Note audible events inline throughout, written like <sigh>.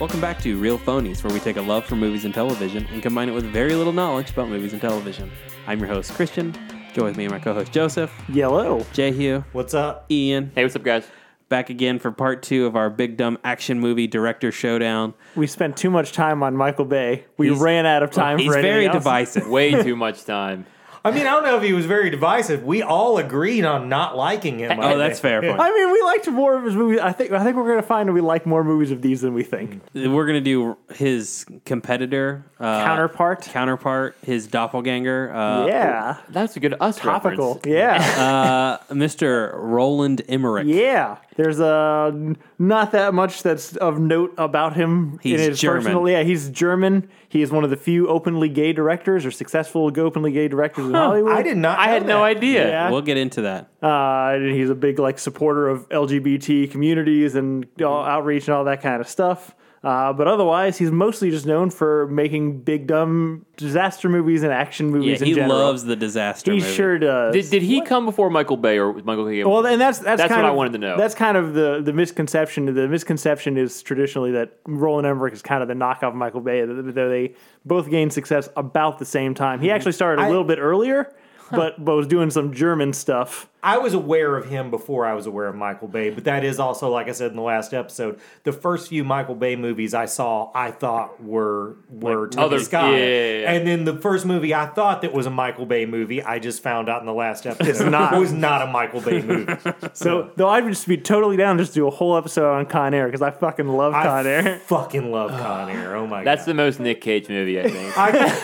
Welcome back to Real Phonies, where we take a love for movies and television and combine it with very little knowledge about movies and television. I'm your host, Christian. Join with me and my co host, Joseph, Yellow. Jehu, What's up? Ian. Hey, what's up, guys? Back again for part two of our big dumb action movie director showdown. We spent too much time on Michael Bay. We He's- ran out of time He's for anything very else. <laughs> divisive. Way too much time. I mean, I don't know if he was very divisive. We all agreed on not liking him. I Oh, that's fair think. point. I mean, we liked more of his movies. I think I think we're gonna find we like more movies of these than we think. We're gonna do his competitor, uh, Counterpart. counterpart, his doppelganger, uh, yeah. That's a good us Topical. <laughs> reference. Yeah. uh, Mr. Roland Emmerich. yeah. There's uh, n- not that much that's of note about him. He's in his German. Personal, yeah, he's German. He is one of the few openly gay directors or successful openly gay directors in Hollywood. I did not. I had no idea. Yeah. We'll get into that. Uh, and he's a big like supporter of LGBT communities and all, outreach and all that kind of stuff. Uh, but otherwise, he's mostly just known for making big dumb disaster movies and action Yeah, movies. in he general. loves the disaster. He movie. sure does. Did, did he come before Michael Bay or was Michael Bay? well, and that's that's, That's kind what I of- wanted to know. That's kind of the the misconception. The misconception is traditionally that Roland Emmerich is kind of the knockoff of Michael Bay. That that they both gained success about the same time. He actually started a I- little bit earlier, but but was doing some German stuff. I was aware of him before I was aware of Michael Bay, but that is also, like I said in the last episode, the first few Michael Bay movies I saw, I thought were were Tony other- Scott, yeah, yeah, yeah. and then the first movie I thought that was a Michael Bay movie, I just found out in the last episode, not. was not a Michael <laughs> Bay movie. So, though I'd just be totally down to just do a whole episode on Con Air because I fucking love Con I <laughs> Air. fucking love Con Air. Oh my That's god, the most Nick Cage movie, I think. I can- it's,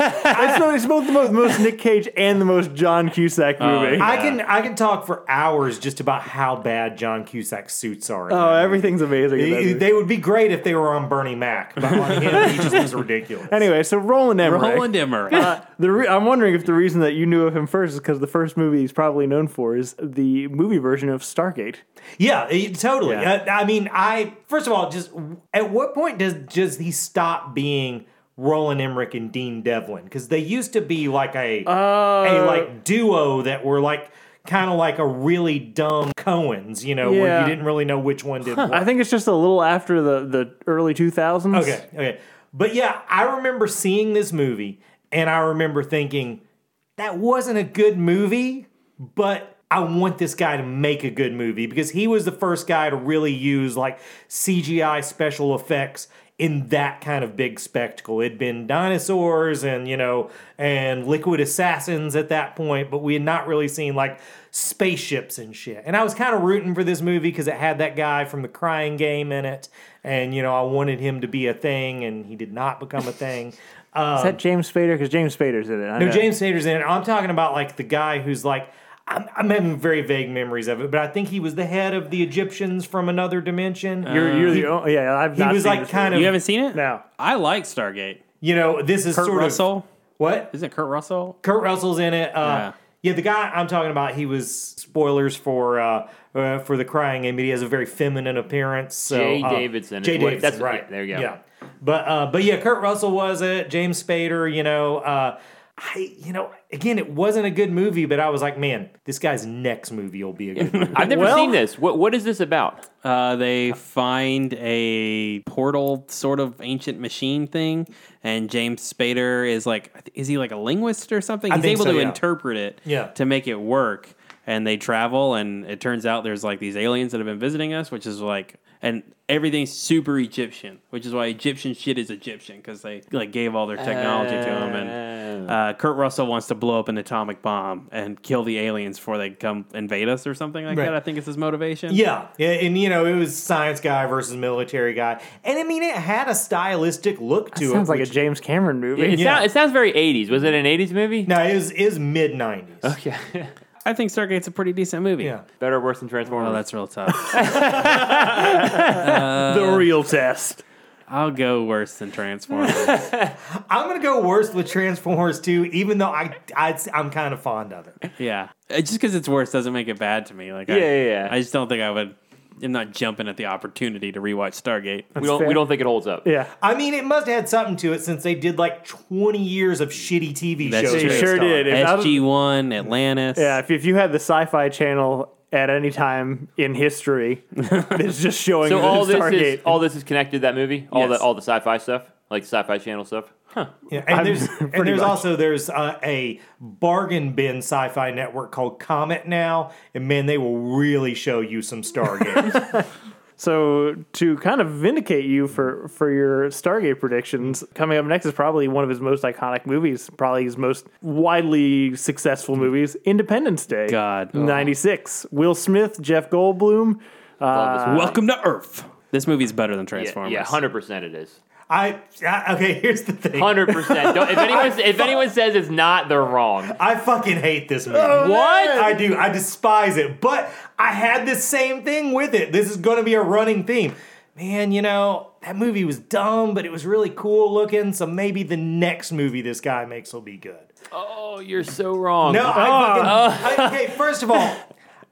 both- it's both the most, most Nick Cage and the most John Cusack movie. I can I can talk for hours just about how bad John Cusack suits are. <laughs> in oh, that everything's amazing. in that They, movie. they would be great if they were on Bernie Mac, but on him, he <laughs> just was ridiculous. anyway, so Roland Emmerich. Roland Emmerich. Uh, the re- I'm wondering if the reason that you knew of him first is because the first movie he's probably known for is the movie version of Stargate. Yeah, he- totally. Yeah. Uh, I mean, I first of all, just at what point does does he stop being Roland Emmerich and Dean Devlin? Because they used to be like a Uh, a like duo that were like kind of like a really dumb Coens, you know, where Yeah. you didn't really know which one <laughs> did what. I think it's just a little after the, the early 2000s. Okay, okay. But yeah, I remember seeing this movie and I remember thinking that wasn't a good movie, but I want this guy to make a good movie because he was the first guy to really use like CGI special effects in that kind of big spectacle. It'd been dinosaurs and, you know, and liquid assassins at that point, but we had not really seen like spaceships and shit. And I was kind of rooting for this movie because it had that guy from the crying game in it. And, you know, I wanted him to be a thing and he did not become a thing. Um, Is that James Spader? Because James Spader's in it. I no, know. James Sater's in it. I'm talking about like the guy who's like, I'm, I'm having very vague memories of it, but I think he was the head of the Egyptians from another dimension. Uh, You're, you're the only. Yeah, I've he not was seen like this movie. kind of, you you, haven't seen it? No. I like Stargate. know, this is Kurt sort of Russell. what Isn't Kurt Russell? Kurt Russell's in it. Yeah. Uh, yeah. the guy I'm talking about, he was spoilers for uh, uh, for the crying game. He has a very feminine appearance. So, Jay uh, Davidson is Jay what- Davidson, that's- right? yeah, there you go. Yeah, but uh, but yeah, Kurt Russell was it. James Spader, you know. Uh, I, you know, again, it wasn't a good movie, but I was like, man, this guy's next movie will be <laughs> a good movie. I've never Well- seen this. What What is this about? Uh, they find a portal sort of ancient machine thing, and James Spader is like, is he like a linguist or something? He's think able so, to yeah. interpret it Yeah. to make it work. And they travel, and it turns out there's like these aliens that have been visiting us, which is like, and everything's super Egyptian, which is why Egyptian shit is Egyptian because they like gave all their technology to them. Oh. And uh, Kurt Russell wants to blow up an atomic bomb and kill the aliens before they come invade us or something like Right. that. I think is his motivation. Yeah, yeah, and you know it was science guy versus military guy, and I mean it had a stylistic look to it. Sounds like a which- James Cameron movie. It, sound- it sounds very 80s. Was it an 80s movie? no, it was, it was mid '90s. Okay. I think Stargate's a pretty decent movie. Yeah. Better or worse than Transformers? Oh, that's real <laughs> tough. the real test. I'll go worse than Transformers. <laughs> I'm gonna go worse with Transformers 2, even though I, I I'm kind of fond of it. yeah. Uh, Just because it's worse doesn't make it bad to me. Like, I, Yeah, yeah, yeah. I just don't think I would. I'm not jumping at the opportunity to rewatch Stargate. we don't fair. we don't think it holds up. Yeah. I mean, it must have had something to it since they did like 20 years of shitty TV That's shows. true. They based sure on it. did. If I was- SG One, Atlantis. Yeah, if, if you had the Sci Fi Channel at any time in <laughs> history. it's just showing So that all it's this Stargate. is all this is connected to that movie. All Yes. the all the sci-fi stuff, like sci-fi channel stuff. Huh. Yeah, and I'm- <laughs> there's and pretty there's much. also there's uh, a bargain bin sci-fi network called Comet now, and man, they will really show you <laughs> some Stargate. So to kind of vindicate you for for your Stargate predictions, coming up next is probably one of his most iconic movies, probably his most widely successful movies, Independence Day. Oh. God. '96. Will Smith, Jeff Goldblum. Uh, Welcome to Earth. This movie's better than Transformers. Yeah, hundred percent it is. I, I okay, here's the thing. Hundred percent. If anyone if anyone says it's not, they're wrong. I fucking hate this movie. What? I do. I despise it. But I had this same thing with it. This is going to be a running theme. Man, you know, that movie was dumb, but it was really cool looking. So maybe the next movie this guy makes will be good. Oh, you're so wrong. No, I fucking, Oh. I- okay, first of all,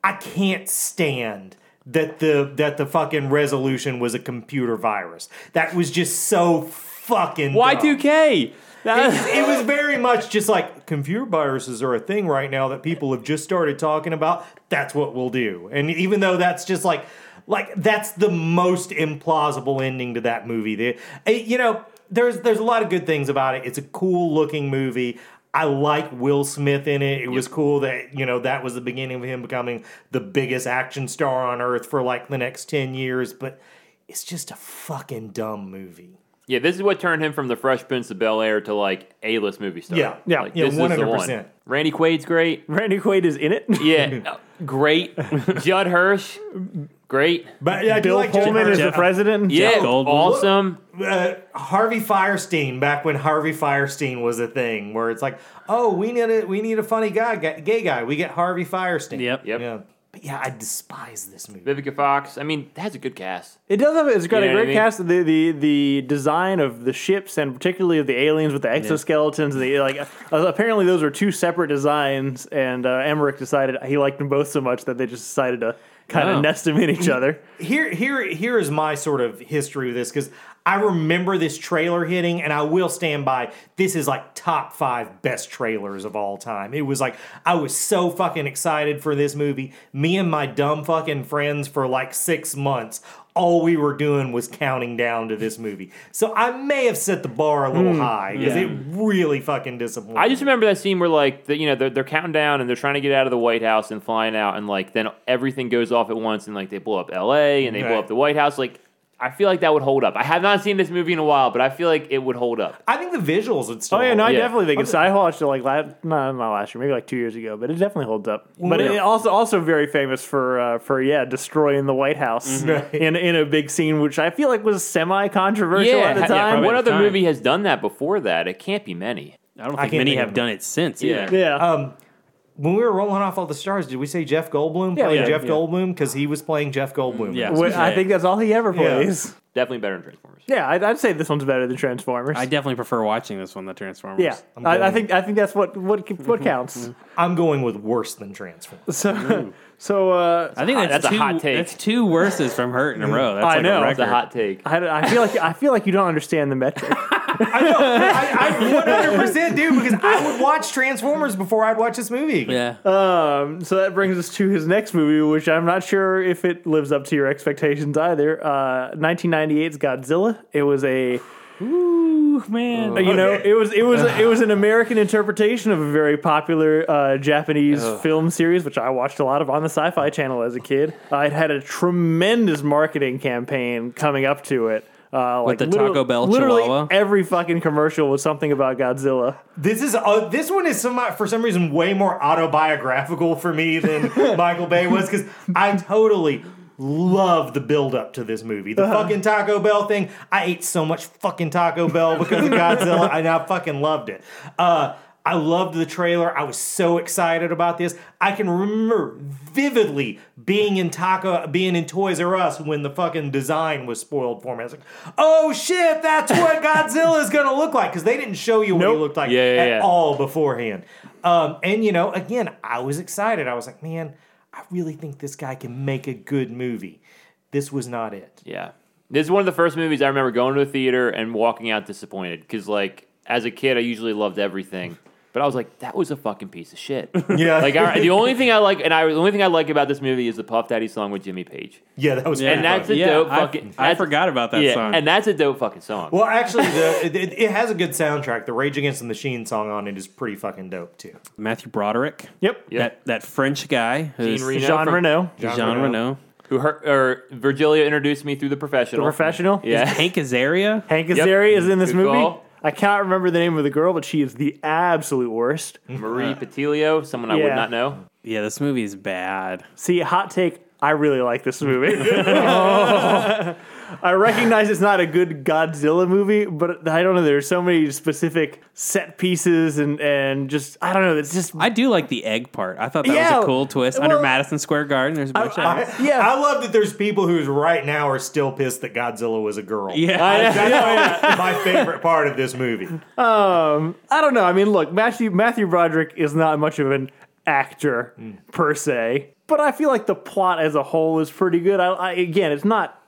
I can't stand that the that the fucking resolution was a computer virus. That was just so fucking Y dumb. two K. It was very much just like computer viruses are a thing right now that people have just started talking about. That's what we'll do. And even though that's just like, like that's the most implausible ending to that movie. There, eh, you know, there's there's a lot of good things about it. It's a cool looking movie. I like Will Smith in it. It was cool that you know that was the beginning of him becoming the biggest action star on earth for like the next ten years. But it's just a fucking dumb movie. Yeah, this is what turned him from the Fresh Prince of Bel Air to like A list movie star. Yeah, yeah, like, yeah, this is the one. 100%. Randy Quaid's great. Randy Quaid is in it. <laughs> Uh, Yeah, great. Judd Hirsch, great. But I <laughs> do Bill like Jim Pullman is Hurst. the president. Yeah, Goldblum. awesome. uh, Harvey Firestein back when Harvey Firestein was a thing, where it's like, oh, we need a we need a funny guy, ga- gay guy. We get Harvey Firestein. Yep. Yep. Yeah. But yeah, I despise this movie. Vivica Fox. I mean, that's a good cast. It does have. It's got You a know what I great mean? cast. The, the the design of the ships and particularly of the aliens with the exoskeletons. The like. uh, apparently, those were two separate designs, and uh, Emmerich decided he liked them both so much that they just decided to kind of Oh. nest them in each <laughs> other. Here, here, here is my sort of history with this because I remember this trailer hitting, and I will stand by. This is like top five best trailers of all time. It was like I was so fucking excited for this movie. Me and my dumb fucking friends for like six months all we were doing was counting down to this movie. So I may have set the bar a Hmm, little high because yeah. it really fucking disappointed. I just remember that scene where like the, you know they're, they're counting down and they're trying to get out of the White House and flying out and like then everything goes off at once and like they blow up L.A. and they Right. blow up the White House. Like I feel like that would hold up. I have not seen this movie in a while, but I feel like it would hold up. I think the visuals would still. Oh yeah, no, I Yeah. definitely think it's. I watched it like last, no, not last year, maybe like two years ago, but it definitely holds up. But yeah. it also also very famous for uh, for yeah destroying the White House Mm-hmm. Right. in in a big scene, which I feel like was semi controversial at yeah, the ha- time. probably what at other the time. movie has done that before that? It can't be many. I don't I think can't many think have of done it since. Yeah. either. yeah. Um, when we were rolling off all the stars, did we say Jeff Goldblum playing yeah, Jeff yeah. Goldblum because he was playing Jeff Goldblum? Yeah. Wh- I think that's all he ever Yeah. plays. Definitely better than Transformers. Yeah, I'd, I'd say this one's better than Transformers. I definitely prefer watching this one, The Transformers. yeah, I'm I, I going- think I think that's what <laughs> what what counts. I'm going with worse than Transformers. So so uh, I think hot- that's, Ah, that's a two, hot take. That's two worses from Hurt in a row. That's I like know. A It's That's record. a <laughs> hot take. I, I feel like I feel like you don't understand the metric. I know, <laughs> I, I 100% do because I would watch Transformers before I'd watch this movie. again. Yeah. Um, <laughs> so that brings us to his next movie, which I'm not sure if it lives up to your expectations either. Uh, 1998's Godzilla. It was a Ooh, man. Uh, you know Okay. it was it was it was an American interpretation of a very popular uh, Japanese film series, which I watched a lot of on the Sci-Fi Channel as a kid. Uh, it had a tremendous marketing campaign coming up to it. Uh, like the literal- Taco Bell literally Chihuahua? every fucking commercial was something about Godzilla. This is uh, this one is some for some reason way more autobiographical for me than Michael Bay was because I totally love the build up to this movie. The fucking Taco Bell thing. I ate so much fucking Taco Bell because of Godzilla, and I fucking loved it. Uh, I loved the trailer. I was so excited about this. I can remember vividly being in Taco, being in Toys R Us when the fucking design was spoiled for me. I was like, "Oh shit, that's what Godzilla is gonna look like," because they didn't show you what he Nope. looked like Yeah, yeah, at yeah. all beforehand. Um, and you know, again, I was excited. I was like, man, I really think this guy can make a good movie. This was <laughs> not it. Yeah. This is one of the first movies I remember going to a theater and walking out disappointed because, like, as a kid, I usually loved everything. But I was like, that was a fucking piece of shit. <laughs> Yeah. like I, the only thing I like, and I the only thing I like about this movie is the Puff Daddy song with Jimmy Page. <laughs> Yeah, that was Yeah. pretty And that's funny. a Yeah, dope I- fucking. I that's- forgot about that yeah, song. and that's a dope fucking song. well, actually, the, it, it- it has a good soundtrack. The Rage Against the Machine song on it is pretty fucking dope too. Matthew Broderick. Yep. Yeah. That that French guy who's Jean Reno Jean from- Reno, Jean, Jean <laughs> Reno. Reno. who her or Virgilio introduced me through the professional. professional. <laughs> Yeah. Hank Azaria. Hank Azaria is in this Good movie. call. I can't remember the name of the girl, but she is the absolute worst. Marie Patilio, someone I would Yeah. not know. Yeah, this movie is bad. See, hot take. I really like this movie. <laughs> I recognize it's not a good Godzilla movie, but I don't know. There's so many specific set pieces and and just I don't know. It's just I do like the egg part. I thought that was Yeah. a cool twist under Well- Madison Square Garden. There's a bunch of I, Yeah. I love that there's people who's right now are still pissed that Godzilla was a girl. yeah. <laughs> That's my favorite part of this movie. um I don't know. I mean, look, Matthew Matthew Broderick is not much of an actor per se, but I feel like the plot as a whole is pretty good. I, I again, it's not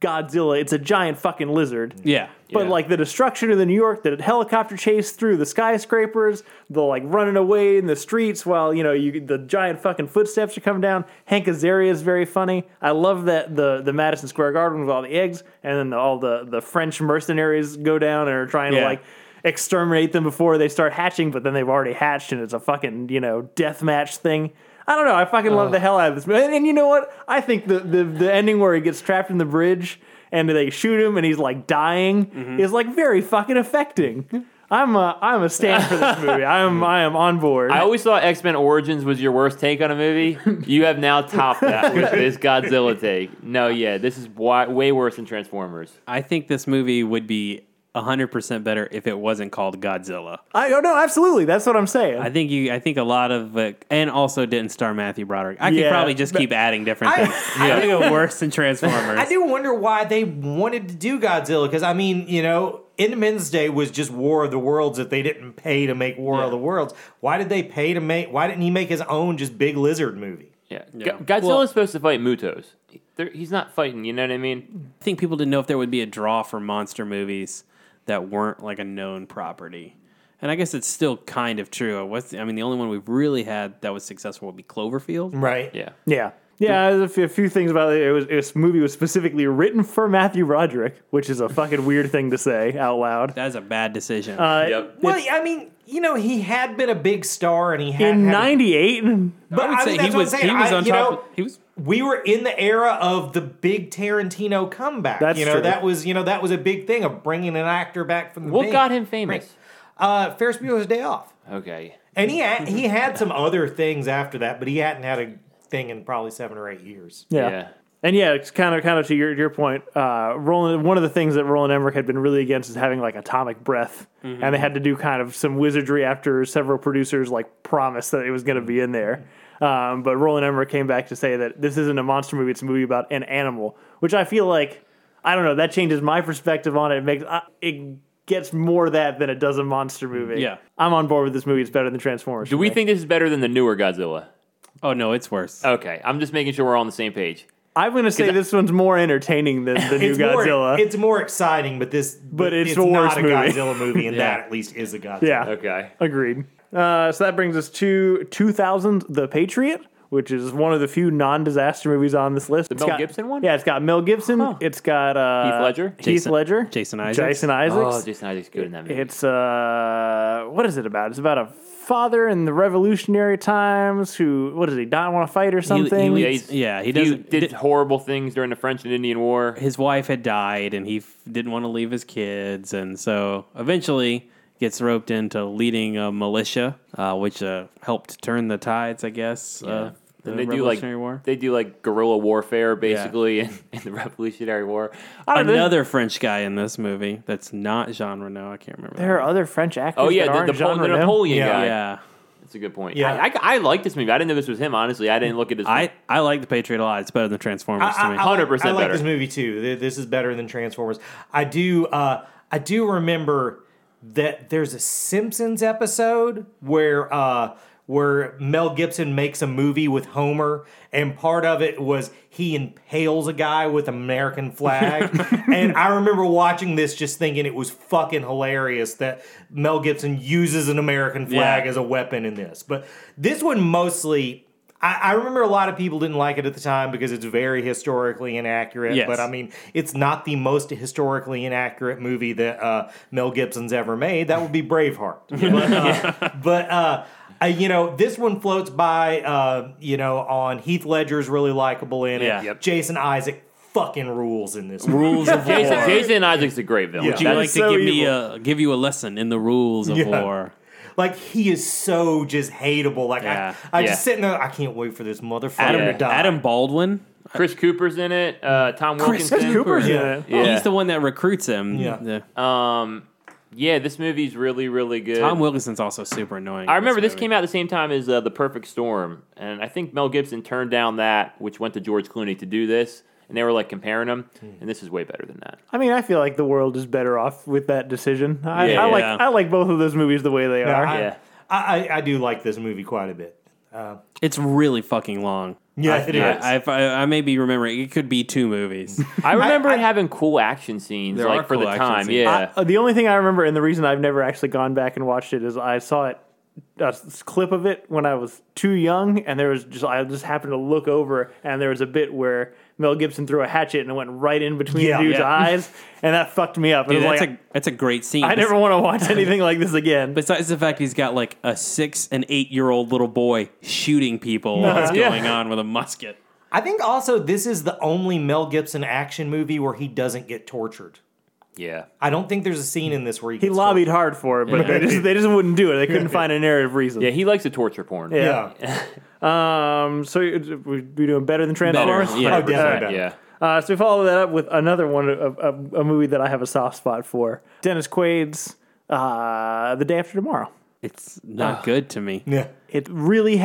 Godzilla. It's a giant fucking lizard. yeah. But like the destruction of the New York, the helicopter chase through the skyscrapers, the like running away in the streets while you know you the giant fucking footsteps are coming down. Hank Azaria is very funny. I love that the the Madison Square Garden with all the eggs, and then the, all the the French mercenaries go down and are trying Yeah. to like exterminate them before they start hatching, but then they've already hatched and it's a fucking you know death match thing. I don't know. I fucking love the hell out of this movie. And, and you know what? I think the, the the ending where he gets trapped in the bridge and they shoot him and he's like dying is like very fucking affecting. I'm a I'm a stand for this movie. I'm I am on board. I always thought X Men Origins was your worst take on a movie. You have now <laughs> topped that with this Godzilla take. No, yeah, this is wa- way worse than Transformers. I think this movie would be 100% better if it wasn't called Godzilla. I oh no, absolutely. That's what I'm saying. I think you I think a lot of uh, and also didn't star Matthew Broderick. I could Yeah, probably just keep adding different <laughs> I- things. I think it worse than Transformers. I do wonder why they wanted to do Godzilla because I mean, you know, Independence Day was just War of the Worlds that they didn't pay to make War of the Worlds. Why did they pay to make? Why didn't he make his own just big lizard movie? Yeah, Go- Yeah. Godzilla's Well- supposed to fight Mutos. They're- he's not fighting. You know what I mean? I think people didn't know if there would be a draw for monster movies that weren't like a known property. And I guess it's still kind of true. What's I mean, the only one we've really had that was successful would be Cloverfield. Right. Yeah. yeah. Yeah, there's a few, a few things about it. it was, this movie was specifically written for Matthew Broderick, which is a fucking weird thing to say out loud. That is a bad decision. Uh, Yep. Well, I mean, you know, he had been a big star, and he had in had a- '98, But I would mean, say that's he what I'm was saying. he was I- on you top. know, of, he was we were in the era of the big Tarantino comeback. That's you know true. that was you know that was a big thing of bringing an actor back from the What brink. got him famous? uh, Ferris Bueller's Day Off, Okay. and he had, he Mm-hmm. had some other things after that, but he hadn't had a thing in probably seven or eight years. yeah. Yeah. And yeah, it's kind of kind of to your your point. Uh, Roland, one of the things that Roland Emmerich had been really against is having like atomic breath, and they had to do kind of some wizardry after several producers like promised that it was going to be in there. Um, but Roland Emmerich came back to say that this isn't a monster movie; it's a movie about an animal, which I feel like I don't know. That changes my perspective on it. It makes I, it gets more that than it does a monster movie. Yeah. I'm on board with this movie. It's better than Transformers. Do we think this is better than the newer Godzilla? oh no, it's worse. Uh, Okay, I'm just making sure we're all on the same page. I'm going to say this one's more entertaining than <laughs> the new It's more, Godzilla. it's more exciting, but this but it's it's, the not worst a movie. Godzilla movie, <laughs> and Yeah. that at least is a Godzilla. yeah. Okay. Agreed. Uh, so that brings us to 2000, The Patriot, which is one of the few non-disaster movies on this list. The Mel Gibson one? Yeah, it's got Mel Gibson. It's got uh, Heath Ledger? Heath Jason- Ledger, Jason Isaacs. Jason Oh, Isaacs. Jason Isaacs good in that movie. it's uh, what is it about? It's about a father in the Revolutionary times who what does he not want to fight or something? leads- Yeah, he's- Yeah, he he doesn't- did, horrible things during the French and Indian War. His wife had died, and he f- didn't want to leave his kids, and so eventually gets roped into leading a militia, uh, which uh, helped turn the tides, I guess. of the And they do like Revolutionary War. they do like guerrilla warfare basically <laughs> in, in the Revolutionary War. I don't know, Another French guy in this movie that's not Jean Reno. I can't remember. there are other French actors. Oh yeah, that the, aren't the, Jean Napoleon- the Reno. Napoleon that. guy. yeah. That's a good point. Yeah. I, I, I like this movie. I didn't know this was him. Honestly, I didn't look at his. I, I like the Patriot a lot. It's better than Transformers to me. I like- 100% I like better. this movie too. Th- This is better than Transformers. I do. Uh, I do remember that there's a Simpsons episode where uh, where Mel Gibson makes a movie with Homer, and part of it was he impales a guy with American flag. and I remember watching this just thinking it was fucking hilarious that Mel Gibson uses an American flag Yeah. as a weapon in this. But this one mostly. I I remember a lot of people didn't like it at the time because it's very historically inaccurate. Yes. But I mean, it's not the most historically inaccurate movie that uh, Mel Gibson's ever made. That would <laughs> be Braveheart. But, uh, but, uh, I- you know, this one floats by, uh, you know, on Heath Ledger's really likable in it. Yeah. Yep. Jason Isaac fucking rules in this. <laughs> movie. Rules of war. Jason, Jason Isaac's a great villain. Would Do you That's- like to so give me a give you a lesson in the rules of Yeah. war? Like, he is so just hateable. Like, Yeah. I, I Yeah. just sitting there, I can't wait for this motherfucker Adam to die. Adam Baldwin. Chris Cooper's in it. Uh, Tom Wilkinson. Cooper's Yeah. in it. Yeah. Oh, He's the one that recruits him. Yeah. Uh, Um, yeah, this movie's really, really good. Tom Wilkinson's also super annoying. I remember this came out the same time as uh, The Perfect Storm, and I think Mel Gibson turned down that, which went to George Clooney to do this, and they were like comparing them, Hmm. and this is way better than that. I mean, I feel like the world is better off with that decision. I, Yeah. I like Yeah. I like both of those movies the way they are. I, Yeah. I, I, I do like this movie quite a bit. It's really fucking long. Yeah, I, it I- is. I, if I, I may be remembering. It could be two movies. I remember I- it having cool action scenes, There like are for cool the action time. scenes. Yeah, Uh, the only thing I remember, and the reason I've never actually gone back and watched it, is I saw it a s- clip of it when I was too young, and there was just I just happened to look over, and there was a bit where Mel Gibson threw a hatchet and it went right in between Yeah. the dude's Yeah. <laughs> eyes, and that fucked me up. It Dude, was that's like a that's a great scene. I never want to watch anything like this again. Besides the fact he's got like a six and eight year old little boy shooting people while it's Yeah. going on with a musket. I think also this is the only Mel Gibson action movie where he doesn't get tortured. yeah. I don't think there's a scene in this where he, He gets lobbied hard for it, but they just they just wouldn't do it. They <laughs> couldn't find a narrative reason. Yeah, he likes the torture porn. tortured. Yeah. Yeah. Um. So you- we we doing better than Transformers. yeah. Oh, Alright. definitely. yeah. Uh, so we follow that up with another one, a, a, a movie that I have a soft spot for, Dennis Quaid's uh, "The Day After Tomorrow." It's not Ah. good to me. Yeah. It's really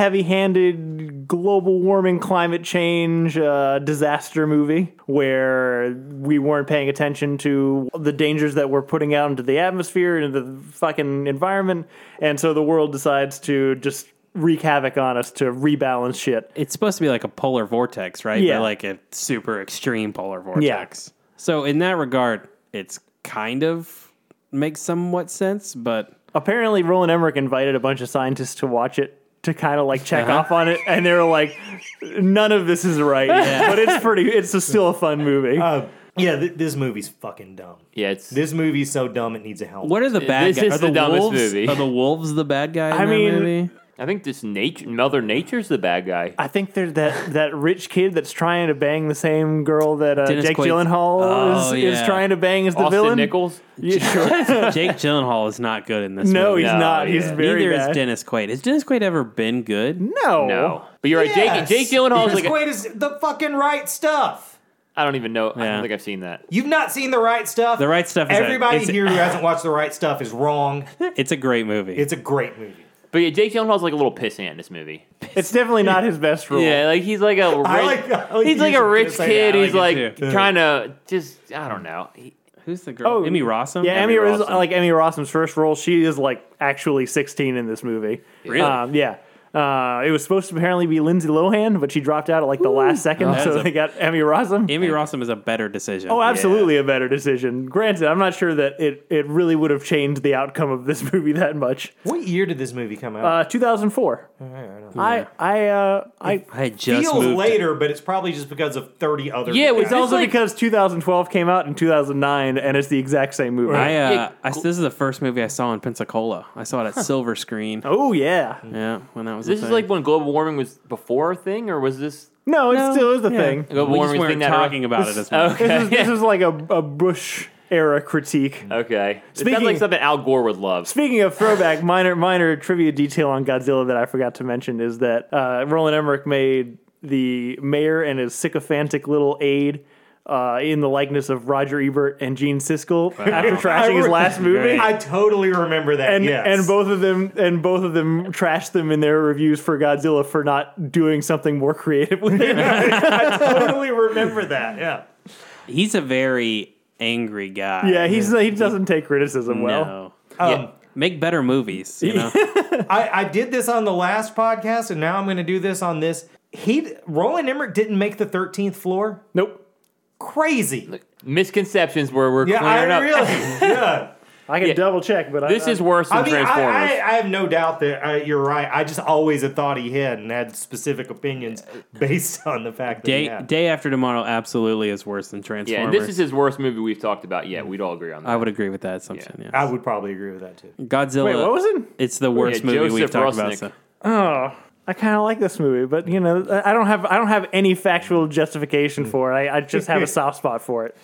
heavy-handed global warming, climate change, uh, disaster movie where we weren't paying attention to the dangers that we're putting out into the atmosphere and the fucking environment, and so the world decides to just wreak havoc on us to rebalance shit. It's supposed to be like a polar vortex, right? Yeah. But like a super extreme polar vortex. So in that regard, it's kind of makes somewhat sense, but apparently Roland Emmerich invited a bunch of scientists to watch it to kind of like check Uh-huh. off on it, and they were like, "None of this is right," <laughs> but it's pretty. It's a, still a fun movie. Uh, yeah, th- this movie's fucking dumb. Yeah, it's This movie's so dumb it needs a helmet. what are the bad This guys? is are the dumbest wolves, movie. Are the wolves the bad guy? In I that mean- movie? I think this nature, Mother Nature's the bad guy. I think there's that that rich kid that's trying to bang the same girl that uh, Dennis Jake Quaid. Gyllenhaal Oh, is, is yeah. trying to bang as the Austin villain. Nichols. <laughs> Yeah, sure. Jake Gyllenhaal is not good in this. No, movie. he's No, not. He's yeah. very Neither bad. is Dennis Quaid. Has Dennis Quaid ever been <laughs> good? no. No, but you're right. Jake Jake Gyllenhaal's like I Quaid is the fucking right stuff. I don't even know. I Yeah. don't think I've seen that. You've not seen the right stuff. The Right Stuff is a- Everybody it's a- here who hasn't watched the right stuff is wrong. It's a great movie. It's a great movie. But yeah, Jake Gyllenhaal's like a little pissant in this movie. It's definitely not his best role. Yeah, like he's like a rich, I like- I like he's like you a should rich say kid. that. I he's like like it too. trying to just I don't know. He- Who's the girl? Oh, Emmy Rossum. Yeah, Emmy, Emmy Rossum. Rossum. like Emmy Rossum's first role, she is like actually 16 in this movie. Really? Um, yeah. Uh, it was supposed to apparently be Lindsay Lohan, but she dropped out at like the last second, That so is a- they got Emmy Rossum. Emmy Rossum is a better decision. oh, absolutely a better decision. Granted, I'm not sure that it, it really would have changed the outcome of this <laughs> movie that much. What year did this movie come out? Uh, 2004. I I uh, I I had just Feels moved. later, but it's probably just because of 30 other Yeah, it was guys. it's also like- because 2012 came out in 2009, and it's the exact same movie. I, uh, Yeah, I- this is the first movie I saw in Pensacola. I saw it at Silver Screen. oh yeah, Yeah, when that was. a This is thing. like when global warming was before a thing, or was this no, it No, still is the yeah. thing. global we just warming thing weren't that Oh. talking about it as much. This is, Okay, this is like a, a Bush era critique. <laughs> okay. It sounds Speaking- like something Al Gore would love. Speaking of throwback, minor minor trivia detail on Godzilla that I forgot to mention is that uh, Roland Emmerich made the mayor and his sycophantic little aide uh, in the likeness of Roger Ebert and Gene Siskel after I trashing his re- last movie. I totally remember that. and, yes. and both of them and both of them trashed them in their reviews for Godzilla for not doing something more creative with it. I totally remember that. Yeah. He's a very angry guy. yeah, he's he doesn't take criticism well. No. Um, Yeah. Make better movies. You <laughs> know? I, I did this on the last podcast, and now I'm going to do this on this. He Roland Emmerich didn't make the 13th floor. Nope. Crazy. misconceptions where we're Yeah, clearing I up. <laughs> really. yeah. I can Yeah. double check, but This I, is worse than I mean, I, I, Transformers. I have no doubt that uh, you're right. I just always had thought he had and had specific opinions Uh, based on the fact that he day had. Day After Tomorrow absolutely is worse than Transformers. yeah, and this is his worst movie we've talked about yet. We'd all agree on that. I would agree with that assumption. Yeah. I would probably agree with that too. Godzilla. Wait, what was it? It's the worst Oh, yeah, movie we've Joseph talked about. Rusnak. So. Oh, I kind of like this movie, but you know, I I don't have I don't have any factual justification for it. I, I just <laughs> have a soft spot for it.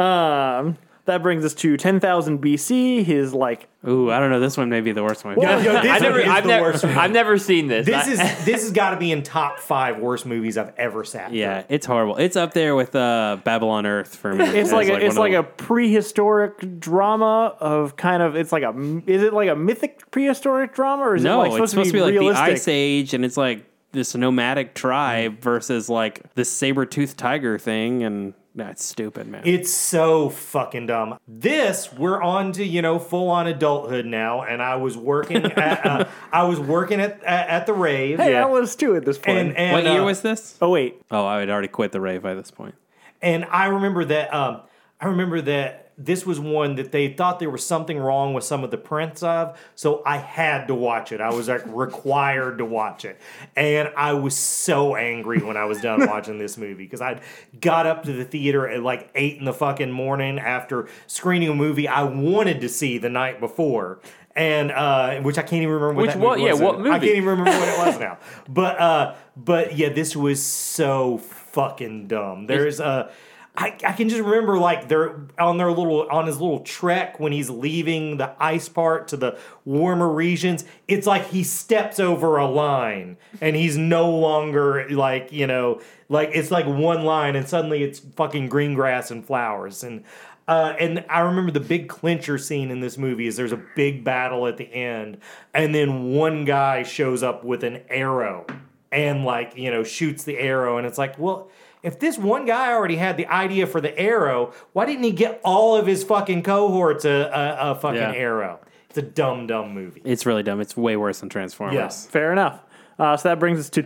Um, that brings us to 10,000 BC. His like Ooh, I don't know. This one may be the worst one. Well, yo, <laughs> this I never, is I've, the never, worst. one. I've never seen this. This I- <laughs> is this has got to be in top five worst movies I've ever sat. through. Yeah, it's horrible. It's up there with uh, Babylon Earth for me. it's like, As a, it's one like of a prehistoric drama of kind of it's like a is it like a mythic prehistoric drama or is the- it no. like supposed, it's supposed to be, like realistic? the Ice Age, and it's like this nomadic tribe versus like this saber toothed tiger thing, and that's stupid, man. It's so fucking dumb. This we're on to you know full on adulthood now, and I <laughs> was working at uh, I was working at at, at the rave. Hey, yeah. I was too at this point. And, and what year uh, was this? oh wait, Oh, I had already quit the rave by this point. And I remember that. Um, I remember that this was one that they thought there was something wrong with some of the prints of, so I had to watch it. I <laughs> was like required to watch it, and I was so angry when I <laughs> was done watching this movie because I got up to the theater at like eight in the fucking morning after screening a movie I wanted to see the night before. And uh, which I can't even remember what Which that movie one- yeah, was. what I movie? can't even remember what it was now. But uh, but yeah, this was so fucking dumb. There's uh, I I can just remember like they're on their little on his little trek when he's leaving the ice part to the warmer regions. It's like he steps over a line and he's no longer like you know like it's like one line and suddenly it's fucking green grass and flowers and. Uh, and I remember the big clincher scene in this movie is there's a big battle at the end, and then one guy shows up with an arrow and like you know shoots the arrow, and it's like, well, if this one guy already had the idea for the arrow, why didn't he get all of his fucking cohorts a, a, a fucking Yeah. arrow? It's a dumb, dumb movie. It's really dumb. It's way worse than Transformers. Yes. Fair enough. Uh, so that brings us to